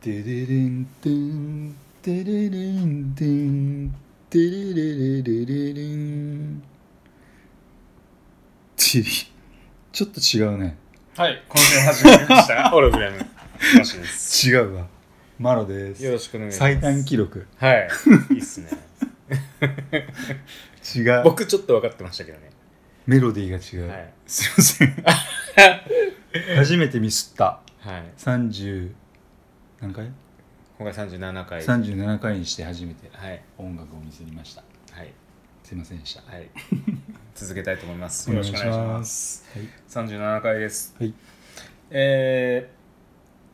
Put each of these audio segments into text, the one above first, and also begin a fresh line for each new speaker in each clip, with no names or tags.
テレレンテンテレレンテンテレレレレレレンちちょっと違うね
はい、今週も始まりました。 ホログラム。マシです。
違うわマロで
よ
す
ろしくお願いします。
最短記録
はい。いいっすね。
違う
僕ちょっと分かってましたけどね。
メロディーが違う、
はい。
すいません 初めてミスった
はい。
30何回
今回37回。はい。
37回にして初めて
はい。
音楽をミスりました
はい。
すいませんでした
続けたいと思いま す。
お
よ
願
ろ
い
し
し
く
ま
お
す
願いします。
はい
37回です。
はい
え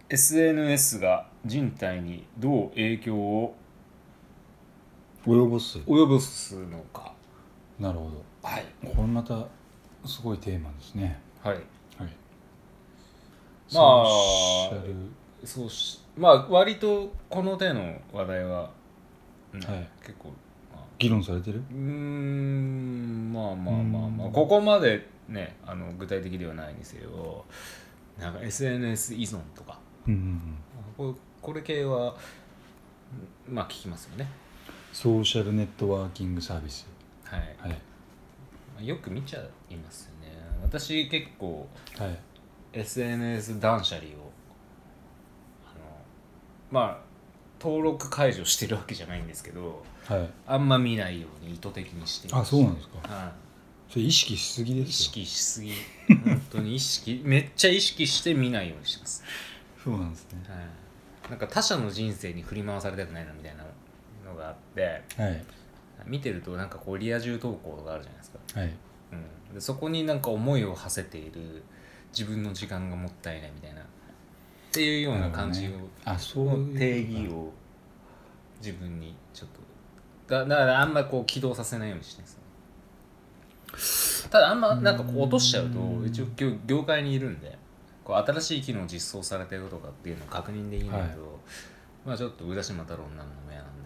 ー、SNS が人体にどう影響を
及ぼす
及ぼすのか。
なるほど
はい。
これまたすごいテーマですね
はい。
はい
まあ
ソーシャル
そうしまあ割とこの手の話題は、うん
はい
結構、まあ、
議論されてる
うーんまあまあまあま
う
あ
ん
ここまでねあの具体的ではないにせよなんか SNS 依存とか
うんうんうん
ここれ系はうんまあ聞きますよね
ソーシャルネットワーキングサービス
はい、
はい
まあよく見ちゃいますよね私結構
はい
SNS 断捨離をあのまあ登録解除してるわけじゃないんですけど
はい
あんま見ないように意図的にしています
あそうなんですか
は
それ意識しすぎ
い
で
意
すよ
識しすぎ本当に意識めっちゃ意識して見ないようにしてます、
そうなんですね
はい、なんか他者の人生に振り回されたくないなみたいなのがあって
はい
見てるとなんかこうリア充投稿があるじゃないですか、
はい
うん、でそこになんか思いを馳せている自分の時間がもったいないみたいなっていうような感じを、
るほどねあそう
の
いう
定義を自分にちょっとだだからあんまりこう起動させないようにしてるんですよただあんまなんかこう落としちゃうと
うん
一応業業界にいるんでこう新しい機能実装されてるとかっていうのを確認できないと、
はい
まあちょっと浦島太郎になるのも嫌なん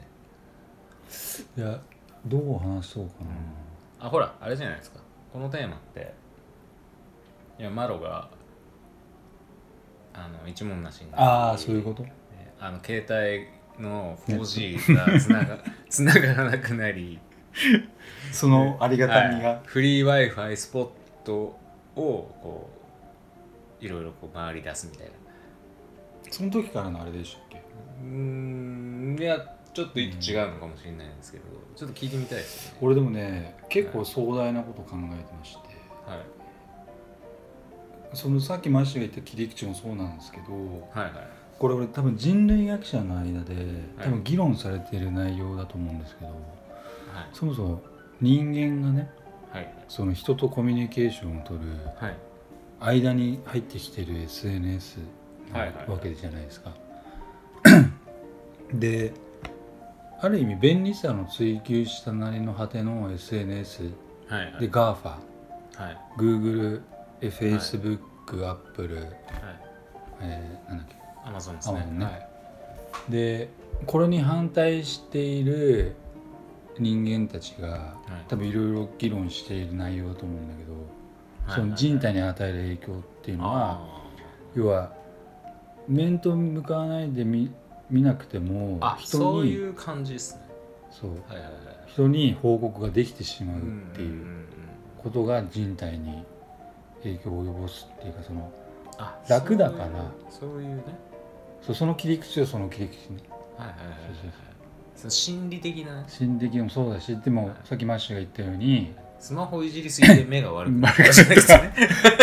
で
いやどう話そうかな
あほらあれじゃないですかこのテーマっていやマロがあの一文なしにな
ああそういうこと
ねあの携帯の 4G がつ ながつながらなくなり
そのありがたみ
はい
が
フリー Wi-Fi スポットをこういろいろこう回り出すみたいな
その時からのあれでしたっけ
うーんいやちょっと一個違うのかもしれないんですけど、ちょっと聞いてみたいですよね
俺でもね結構壮大なこと考えてまして
はい
そのさっきマシュが言った切り口もそうなんですけど
はいはい
これ俺多分人類学者の間で多分議論されている内容だと思うんですけど、そもそも人間がね
はいはい
その人とコミュニケーションを取る
はい
間に入ってきてる SNS な
はいはい
わけじゃないですか。である意味便利さの追求したなりの果ての SNS
はいはい
で GAFA、
はい
Google、Facebook、Apple、
はい
えーなんだっけ
アマゾンです
青
ね
のね、
はい
でこれに反対している人間たちが
はい
多分いろいろ議論している内容だと思うんだけど、
はい
その人体に与える影響っていうのは、
あ
要は面と向かわないで見見なくても
ーあ
人に
そういう感じですね
そう
はいはいはい
人に報告ができてしまうって
ん
いうん
ん
ことが人体に影響を及ぼすっていうかその
あ
楽だから
そういうそういうね
そうその切り口はその切り口ね
はいはいはいはい
そうそう
その心理的な
心理的にもそうだしでもさっきマッシュが言ったように
スマホいじりすぎて目が悪くなる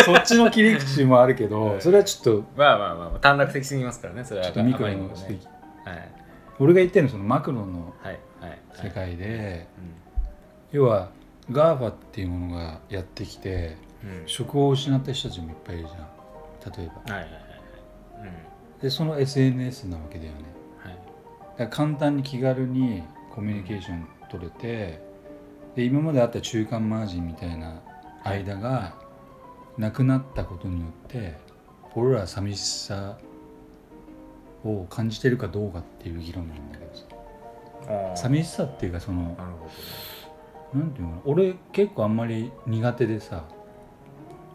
そっちの切り口もあるけ どそれはちょっと
まあまあまあまあ短絡的すぎますからねそれは
ちょっとミクロ
あまりに
の
もね
指摘
はい
俺が言ってるのはそのマクロの
はいはい
世界で
う
要は GAFA っていうものがやってきて
んうん
職を失った人たちもいっぱいいるじゃん例えば
はいはいはいはい
でその SNS なわけだよね
うんはい
だから簡単に気軽にコミュニケーション取れてで今まであった中間マージンみたいな間がなくなったことによって俺らは寂しさを感じてるかどうかっていう議論なんだけどさ
あー
寂しさっていうかその
なるほどね
何ていうの俺結構あんまり苦手でさ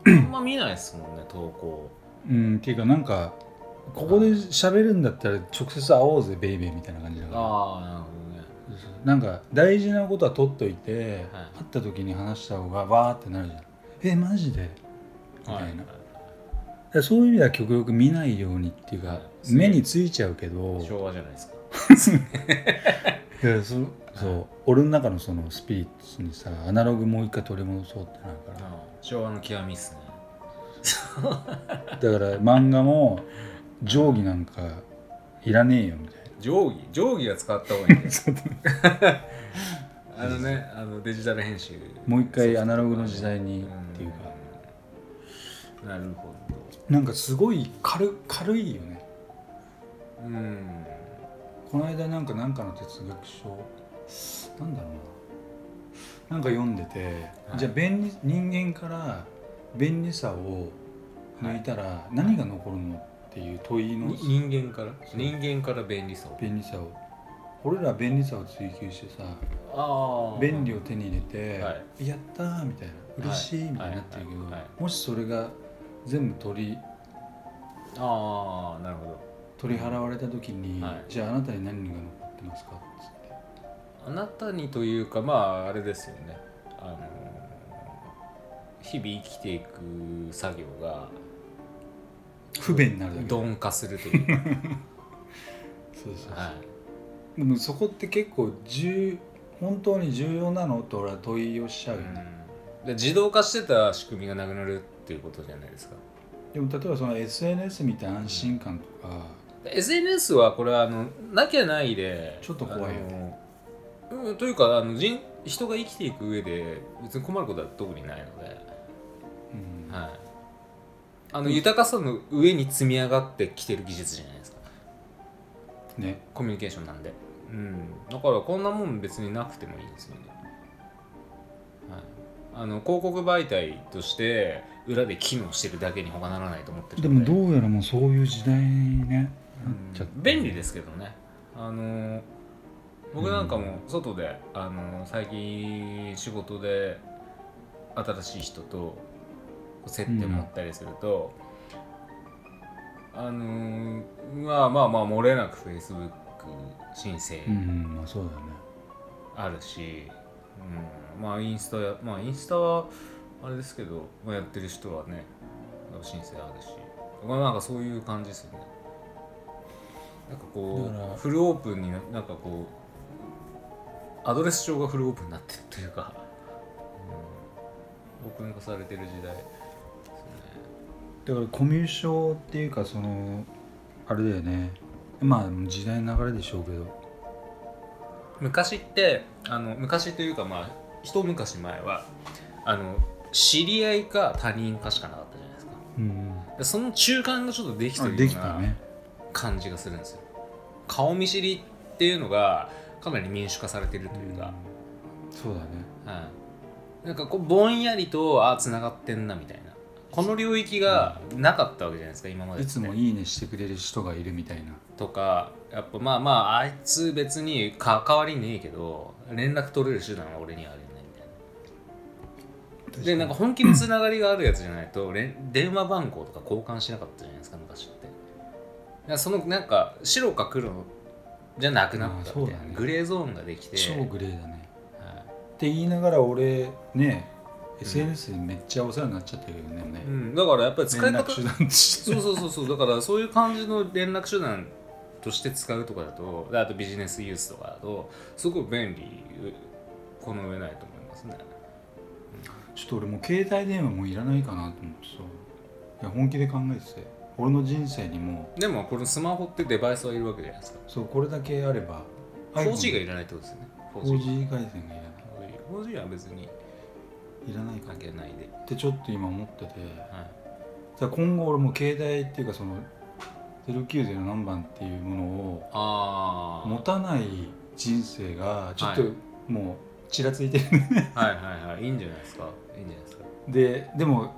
あんま見ないですもんね投稿
うんっていうかなんかここで喋るんだったら直接会おうぜベイベーみたいな感じだから
ああなるほどね
なんか大事なことは取っといて、
はい
会った時に話した方がわーってなるじゃんえマジでみたいな、だからそういう意味では極力見ないようにっていうか、
はい
目についちゃうけど
昭和じゃないですか
だからそそう俺の中のそのスピリッツにさアナログもう一回取り戻そうってなるか
昭和の極みっす
ら
ね
だから漫画も定規なんかいらねえよみたいな
定規定規は使った方が いいんだよあのねあのデジタル編集
もう一回アナログの時代にっていうか
うんなるほ
なんかすごい軽軽いよね
どうん
この間なんかなんかの哲学書なんだろうななんか読んでて、
はい
じゃあ便利人間から便利さを抜いたら何が残るのっていう問いの
に人間から
そう
人間から便利さを
便利さを俺ら便利さを追求してさ
あ
便利を手に入れて、
は
やったーみたいな嬉しいみたいになってるけど、
はいはいは
もしそれが全部取り
ああなるほど
取り払われた時に、
はい
じゃああなたに何が残ってますかっつって
あなたにというかまああれですよねあの日々生きていく作業が
不便になるだけ
鈍化するという
そうそうそう、
か、は
でもそこって結構重本当に重要なのと俺は問いをしちゃ
いう
よね、
で自動化してた仕組みがなくなるっていうことじゃないですか
でも例えばその SNS 見て安心感とか、
で SNS はこれはあのなきゃないで
ちょっと怖いよね
あのうん、というかあの人人が生きていく上で別に困ることは特にないので、
うん
はい、あの豊かさの上に積み上がってきてる技術じゃないですか
ね
コミュニケーションなんで、うん、だからこんなもん別になくてもいいんですよね、はい、あの広告媒体として裏で機能してるだけに他ならないと思ってる
で
の
もどうやらもうそういう時代にねなっちゃっ
うん便利ですけどねあの僕なんかも外で、あの最近仕事で新しい人と接点持ったりすると、あのまあまあまあ漏れなく Facebook 申請
うん、うんまあ、そうだよね
あるし、うん、まあインスタやまあインスタはあれですけど、まあ、やってる人はね申請あるしまあなんかそういう感じですよねなんかこ
だから
うフルオープンにななんかこうアドレス帳がフルオープンになってるというか、うん、オープン化されてる時代
だからコミュ障っていうかそのあれだよねまあ時代の流れでしょうけど
昔ってあの昔というかまあ一昔前はあの知り合いか他人かしかなかったじゃないですか
うん
でその中間がちょっとできて
あ
る
で
よう
きた
な
ね
感じがするんですよ、顔見知りっていうのがかなり民主化されてるというか、
うんそうだね
はいなんかこうぼんやりとあつながってんなみたいなこの領域がなかったわけじゃないですか今まで
い
って
つもいいねしてくれる人がいるみたいな
とかやっぱまあまああいつ別に関わりねえけど連絡取れる手段は俺にはあるよねみたいなでなんか本気のつながりがあるやつじゃないと連電話番号とか交換しなかったじゃないですか昔ってだからそのなんか白か黒じゃなくなったみたい
あーそう
な、
だね
グレーゾーンができて
超グレーだね
は
って言いながら俺ね SNS でめっちゃお世話になっちゃってるよね、
いうん、だからやっぱ
連
り使い方
絡手段として
そうそうそうそうだからそういう感じの連絡手段として使うとかだとであとビジネスユースとかだとすごい便利この上ないと思いますね
ちょっと俺もう携帯電話もういらないかなと思ってさいや本気で考えてて俺の人生にも
でもこのスマホってデバイスはいるわけじゃないですか
そうこれだけあれば
4G が
い
いらないってことですよね 4G,
4G 回線がいらない
4G は別に
いらないか
関
っ
係ないで、
てちょっと今思ってて
はい
さ今後俺もう携帯っていうかその090何番っていうものを
ああ
持たない人生がちょっと
はい
もうちらついてる
はいはいはいいいんじゃないですかいいんじゃないですか
ででも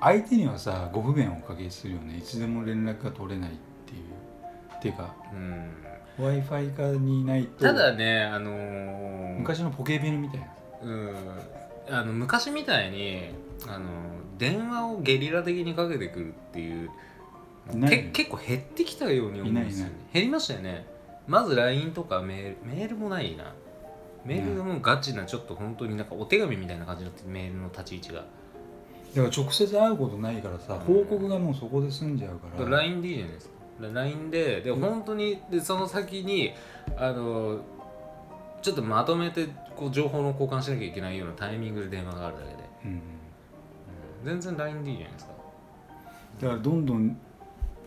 相手にはさご不便をおかけするよねいつでも連絡が取れないっていうっていうか
うん
w i f i 化にないと
ただねあのー、
昔のポケベルみたいな
うんあの昔みたいにあの電話をゲリラ的にかけてくるっていう
ない
け結構減ってきたように思うんですよね
いな
減りましたよねまず LINE とかメールメールもないなメールがもうガチなちょっと本当になんかお手紙みたいな感じになってメールの立ち位置が
だから直接会うことないからさ報告がもうそこで済んじゃうから、
LINE でいいじゃないですか LINE でで
うん
本当にでその先にあのちょっとまとめてこう情報の交換しなきゃいけないようなタイミングで電話があるだけで、
うん、
うん全然 LINE でいいじゃないですか
だからどんどん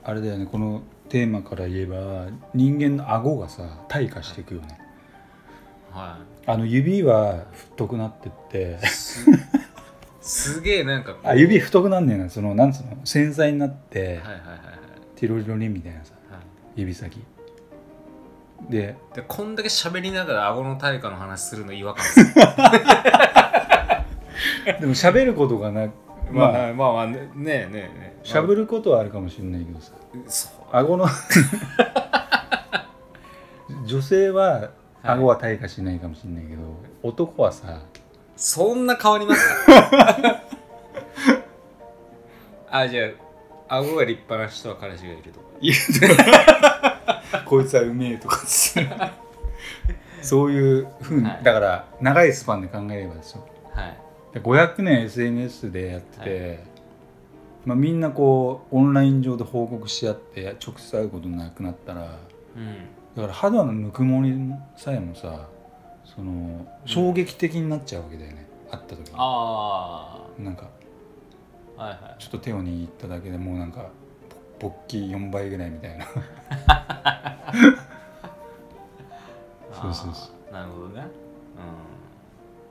あれだよねこのテーマから言えば人間の顎がさ退化していくよね
は
あの指は太くなってって
いすすげえなんかこ う
あ指太くなんねえなそのなんつうの繊細になって、
はいはいはいはい
ティロリロリンみたいなさ
はい
指先で
でこんだけ喋りながら顎の対価の話するの違和感です
でも喋ることがなまあ
まあまあまあねねえねえねえ
喋ることはあるかもしれないけどさ
そう
顎の 女性は顎は退化しないかもしれないけど、男はさ
そんな変わりま すかあじゃあ顎が立派な人は彼氏がいるとか
こいつはうめえとかっつって そういうふうに、
はい
だから長いスパンで考えればですよ
はい
500年 SNS でやってて、まあ、みんなこうオンライン上で報告し合って直接会うことなくなったら
うん
だから肌のぬくもりさえもさその衝撃的になっちゃうわけだよね、会った時に
あ
なんか
あはいはい
ちょっと手を握っただけでもうなんかぼ勃起4倍ぐらいみた いなそうそうそ
あーなるほどね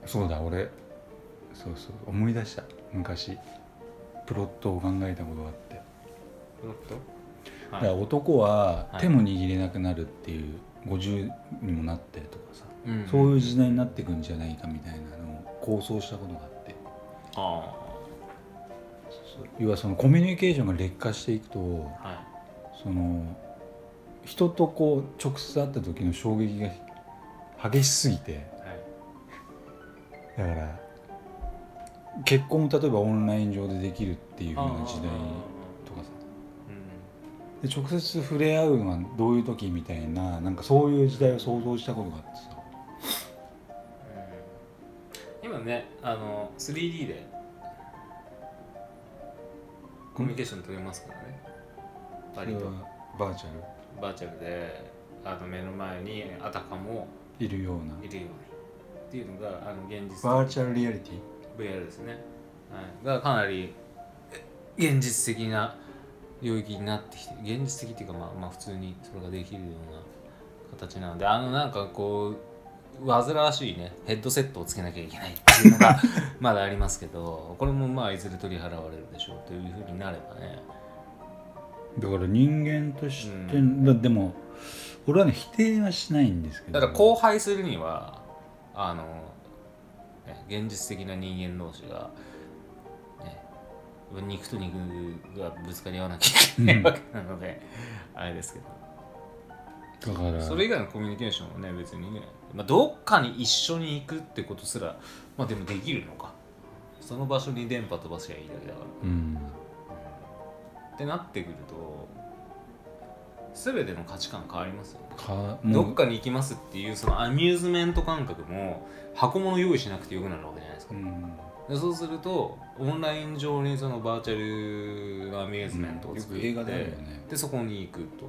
そうだ俺そうそう思い出した昔プロットを考えたことがあって、
うんもっと
だ
は
から
い
男は
はい
手も握れなくなるっていう、50にもなってとかさ、
うん
そういう時代になっていくんじゃないかみたいなのを構想したことがあって
あ
要はそのコミュニケーションが劣化していくと
あはい
その人とこう直接会った時の衝撃が激しすぎて
は
だ
い
から結婚も例えばオンライン上でできるっていうような時代とかさ
う
で直接触れ合うのはどういう時みたいななんかそういう時代を想像したことがあってさ
んうん今ねあの 3D でコミュニケーション取れますからね
そ
割
れ
と
はバーチャ
バーチャルであの目の前にあたかも
ルいるようない
るようにっていうのがあの現実
バーチャルリアリティ
VR ですね、はい、がかなりえ現実的な領域になってきて現実的っていうかまあまあ普通にそれができるような形なのであのなんかこう煩わしいねヘッドセットをつけなきゃいけないっていうのが まだありますけどこれもまあいずれ取り払われるでしょうというふうになればね
だから人間として、
う
だでも俺はね否定はしないんですけど
だから荒廃するにはあの、ね、現実的な人間同士が、ね、肉と肉がぶつかり合わなきゃいけないわけなので、あれですけど
だから
それ以外のコミュニケーションはね別にね、まあ、どっかに一緒に行くってことすらまあでもできるのかその場所に電波飛ばしゃいいだけだから
うん
ってなってくると全ての価値観変わりますよね
か
ど
も
っ
う
かに行きますっていうそのアミューズメント感覚も箱物用意しなくてよくなるわけじゃないですか
うん
でそうするとオンライン上にそのバーチャルのアミューズメントを
よ
作っ
く
て、
映画だよね
でそこに行くと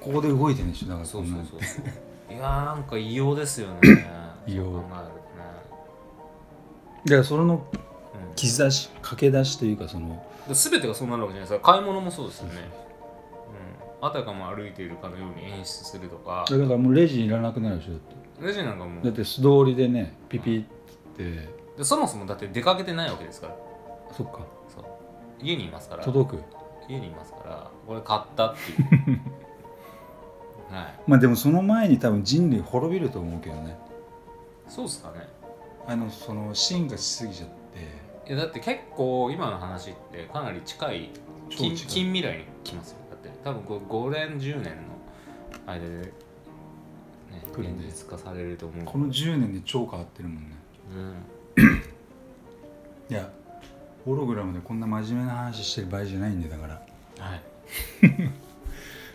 ここで動いてるんでしょだから
そう
こん
そ
な
うんそうそういやーなんか異様ですよね
異様
そう考
だ
え
からそれの
るとね、うん
兆し駆け出しというかその
で全てがそうなるわけじゃないですか買い物もそうですよね、うん、あたかも歩いているかのように演出するとか
だからもうレジいらなくなるでしょだって
レジなんかも
だ
う
って素通りでねピピって
でそもそもだって出かけてないわけですから
そっか
そう家にいますから
届く
家にいますからこれ買ったっていう はい
まあでもその前に多分人類滅びると思うけどね
そうっすかね
あのその進化しすぎちゃって
いやだって結構今の話ってかなり近い
超
近
近い
近未来に来ますよだって多分これ5年10年の間で、ね、
来るね
現実化されると思う
この10年で超変わってるもんね
う
い
ん
やホログラムでこんな真面目な話してる場合じゃないんでだから
はい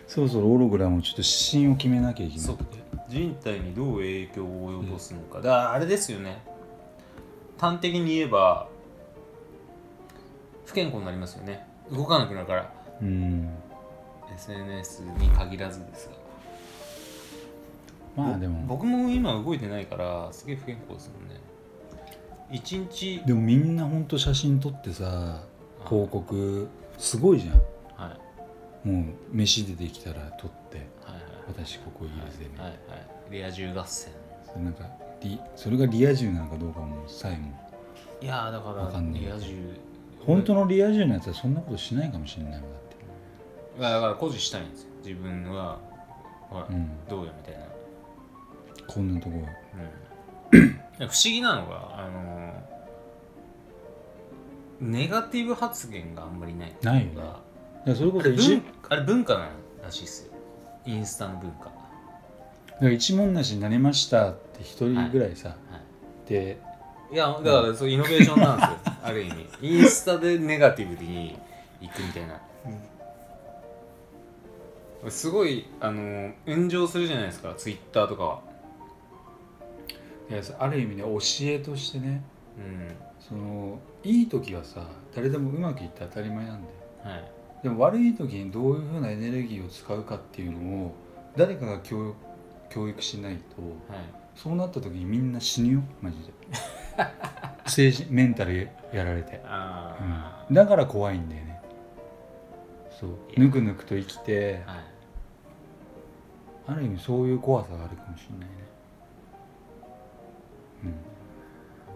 そろそろオログラムをちょっと指針を決めなきゃいけな
そ
いう
人体にどう影響を及ぼすのか、だからあれですよね端的に言えば不健康になりますよね動かなくなるから
うん
SNS に限らずですが
まあでも
僕も今動いてないからすげえ不健康ですもんね一日
でもみんなほんと写真撮ってさ
あ
広告すごいじゃん
はいはい
もう飯出てきたら撮って
はい
私ここ家でね、
はいはいはいレア充合戦
それなんかリそれがリア充なのかどうかもさえも
いやーだから
わかんねえ
リア充
本当
の
のリア充のやつはそんなことしないかもしれないもんだって
だから誇示したいんですよ自分はほら、
うん
どうよみたいな
こんなとこ
うん不思議なのがあのネガティブ発言があんまりない
ないよね
が
いやそれこそ一
文あれ文化なんらしいっすよインスタの文化は
だから一文なしになりましたって一人ぐらいさ、で
いいやだからそうイノベーションなんです よある意味インスタでネガティブにいくみたいな、すごいあの炎上するじゃないですかツイッターとかは、
いやある意味ね教えとしてね
うん
そのいい時はさ誰でもうまくいって当たり前なんだよ
はい、
でも悪い時にどういうふうなエネルギーを使うかっていうのを誰かが教教育しないと
はい
そうなった時にみんな死ぬよマジで精神メンタルやられて、
あ
うん、だから怖いんだよねそう
いや
ぬくぬくと生きて
あ、はい
ある意味そういう怖さがあるかもしれないねうん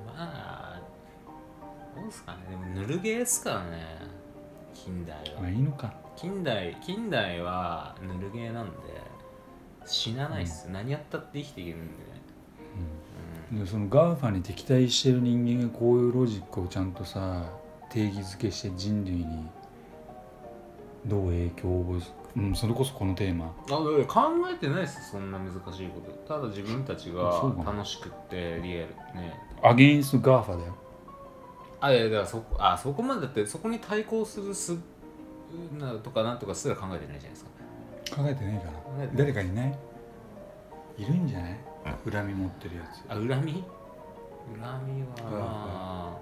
まあ、どうですかね、でもぬるゲーですからね、近代は。
まあいいのか
近代、近代はぬるゲーなんで、死なないっす、何やったって生きていけるんでね。
でその GAFA に敵対してる人間がこういうロジックをちゃんとさ定義づけして人類にどう影響を及ぼす、うん、それこそこのテーマ
あだから考えてないっす、そんな難しいこと。ただ自分たち
あ
が
そうかな
楽しくって、リアルね。
アゲインスト GAFA だよ
あ、いや、だからそこ、あ、そこまでだって、そこに対抗するす、なとかなんとかすら考えてないじゃないですか。
考えてないか
考
な
えてない
誰かいないいるんじゃない恨み持ってるやつ
あ、恨み恨みは、ま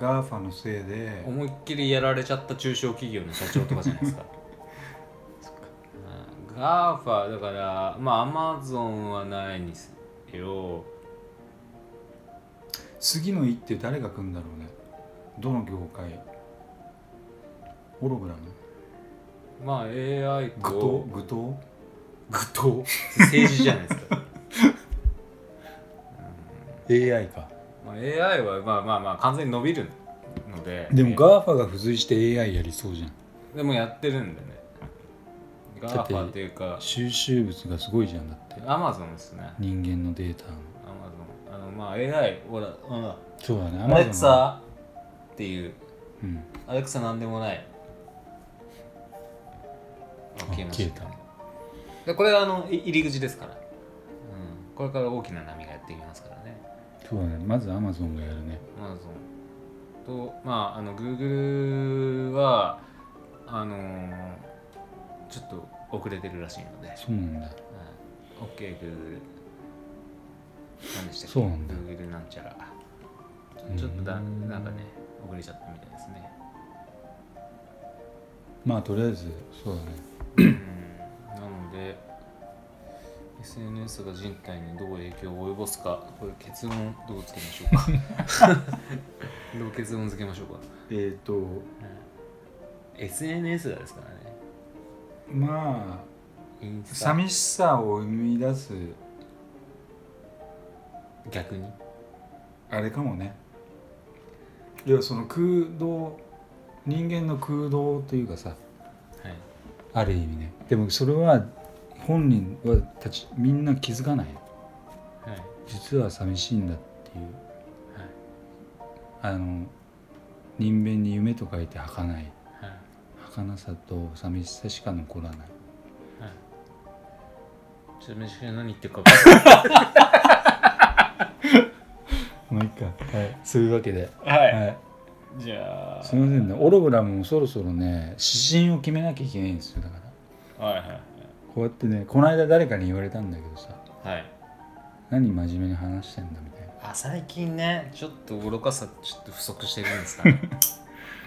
あ。
GAFA のせいで
思いっきりやられちゃった中小企業の社長とかじゃな いですかガーファだからまあアマゾンはないにせよ
次の一手誰が来るんだろうねどの業界ホログラム
まあ AI
具
と
刀具刀
具と政治じゃないですか、
AI か
まあ、AI はまあまあまあ完全に伸びるので
でも GAFA が付随して AI やりそうじゃん
でもやってるんでねガーファっていうか
収集物がすごいじゃんだって
アマゾンですね
人間のデータの
アマゾンあのまあ AI ほら、う
そうだね
ん、ア
Amazon
レク
は
サっていう
うん
アレクサなんでもない。あ
あ
消えました
消え
でこれはあのい入り口ですから、うん、これから大きな波がやってきますからね。
そうだねまず Amazon がやるね
まあそのとまああの Google はあのーちょっと遅れてるらしいので、はい、
そうなんだ
OK Google 何でしたっけ
そうなんだ
Google なんちゃらちょちょっとだ
うん
なんかね遅れちゃったみたいですね。
まあとりあえずそうだね
なので SNS が人体にどう影響を及ぼすかこれ結論どうつけましょうか どう結論つけましょうか
えっ、と
SNS がですからね
ま
イン
あ
スタ
寂しさを生み出す
逆に
あれかもねいやその空洞人間の空洞というかさ
はい
ある意味ねでもそれは本人はたちみんな気づかない
はい
実は寂しいんだっていう
はい
あの人間に夢と書いて儚い
はい
儚さと寂しさしか残らない
はいちょっと飯が何言ってるか分かんない
もういいか、はい、そういうわけで、
は
はい
じゃあ
すいませんねオログラムもそろそろね指針を決めなきゃいけないんですよだから
はいはい
こうやってねこの間誰かに言われたんだけどさ
はいはい
何真面目に話してんだみたいな
あ最近ねちょっと愚かさちょっと不足してるんですか ね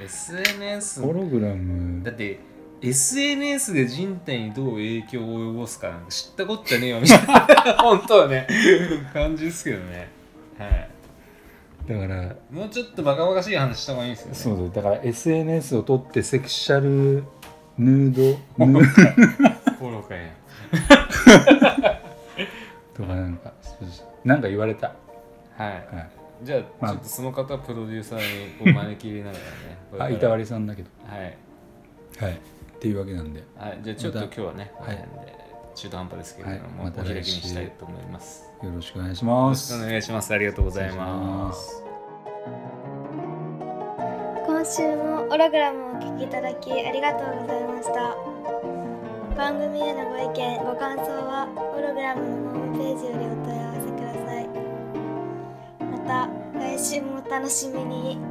SNS
オログラム
だって SNS で人体にどう影響を及ぼすかなんて知ったこっちゃねえよみたい な本当はね感じですけどねはい
だから
もうちょっとバカバカしい話した方がいいんですよね
そうだだから SNS を取ってセクシャルヌードヌー
愚かや
ドとかなんかそうそうなんか言われた、
はい
はい、
じゃあ、
まあ
ちょっとその方プロデューサーにお招き入れながら ねこれか
あ
ら
いたわりさんだけど
はい、
はいっていうわけなんで
はい、じゃあちょっと
ま
今
た
日はね、
はい
この辺で中途半端ですけれども、
はいまた
お
来週
開きにしたいと思いますよ
よろしくお願いしま
ろし
す
くお願いしますありがとうございま
失礼します
今週もオログラムをお聞きいただきありがとうございました番組へのご意見ご感想はオログラムのホームページよりお問い合わせくださいまた来週もお楽しみに